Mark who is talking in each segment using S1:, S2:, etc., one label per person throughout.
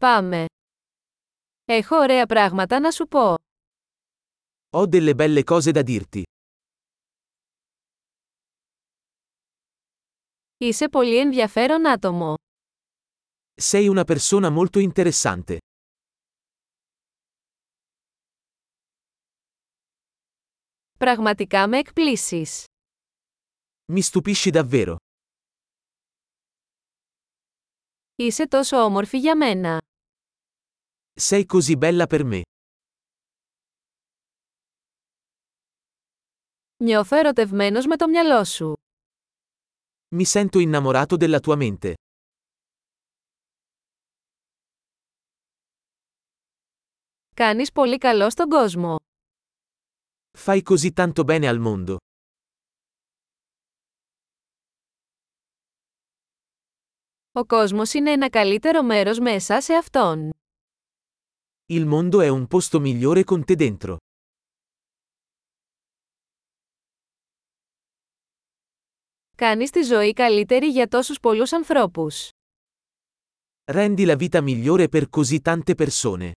S1: Πάμε. Έχω ωραία πράγματα να σου πω.
S2: Ho delle belle cose da dirti.
S1: Είσαι πολύ ενδιαφέρον άτομο.
S2: Sei una persona molto interessante.
S1: Πραγματικά με εκπλήσεις.
S2: Mi stupisci davvero.
S1: Είσαι τόσο όμορφη για μένα.
S2: Sei così bella per me.
S1: Νιώθω ερωτευμένος με το μυαλό σου.
S2: Mi sento innamorato della tua mente.
S1: Κάνεις πολύ καλό στον κόσμο.
S2: Fai così tanto bene al mondo.
S1: Ο κόσμος είναι ένα καλύτερο μέρος μέσα σε αυτόν.
S2: Il mondo è un posto migliore con te dentro.
S1: Κάνεις τη ζωή καλύτερη για τόσους πολλούς ανθρώπους.
S2: Rendi la vita migliore per così tante persone.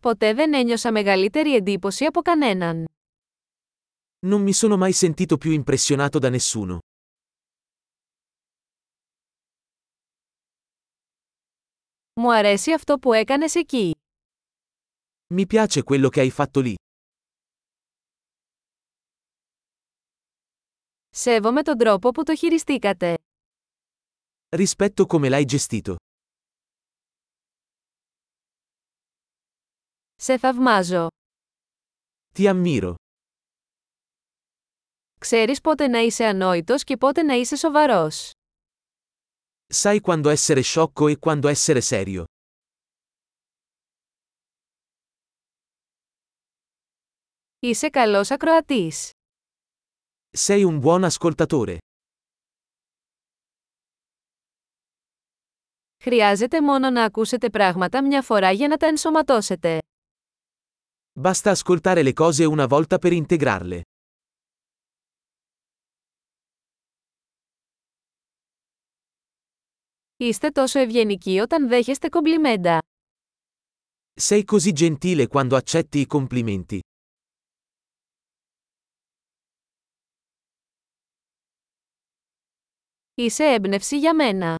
S1: Ποτέ δεν ένιωσα μεγαλύτερη εντύπωση από κανέναν.
S2: Non mi sono mai sentito più impressionato da nessuno.
S1: Μου αρέσει αυτό που έκανες εκεί.
S2: Mi piace quello che hai fatto lì.
S1: Σέβομαι τον τρόπο που το χειριστήκατε.
S2: Rispetto come l'hai gestito.
S1: Σε θαυμάζω.
S2: Ti ammiro.
S1: Ξέρεις πότε να είσαι ανόητος και πότε να είσαι σοβαρός.
S2: Sai quando essere sciocco e quando essere serio.
S1: Είσαι καλός ακροατής.
S2: Sei un buon ascoltatore.
S1: Χρειάζεται μόνο να ακούσετε πράγματα μια φορά για να τα ενσωματώσετε.
S2: Basta ascoltare le cose una volta per integrarle.
S1: Είστε τόσο ευγενικοί όταν δέχεστε κομπλιμέντα.
S2: Sei così gentile quando accetti i complimenti.
S1: Είσαι έμπνευση για μένα.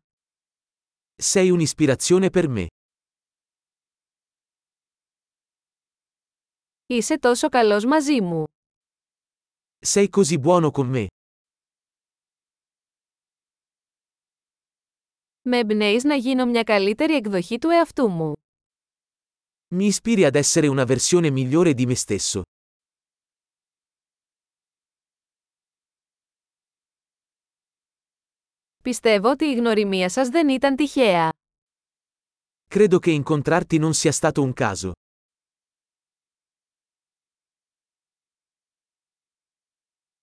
S2: Sei un'ispirazione per me.
S1: Είσαι τόσο καλός μαζί μου.
S2: Sei così buono con me.
S1: Με εμπνέεις να γίνω μια καλύτερη εκδοχή του εαυτού μου.
S2: Mi ispiri ad essere una versione migliore di me stesso.
S1: Πιστεύω ότι η γνωριμία σας δεν ήταν τυχαία.
S2: Credo che incontrarti non sia stato un caso.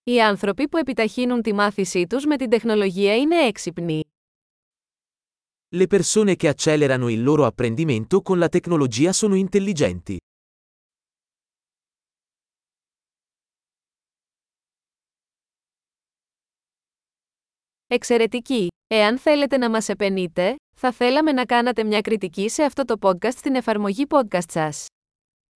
S1: Οι άνθρωποι που επιταχύνουν τη μάθησή τους με την τεχνολογία είναι έξυπνοι.
S2: Le persone che accelerano il loro apprendimento con la tecnologia sono intelligenti.
S1: Εξαιρετική! Εάν θέλετε να μας επενείτε, θα θέλαμε να κάνατε μια κριτική σε αυτό το podcast στην εφαρμογή podcast σας.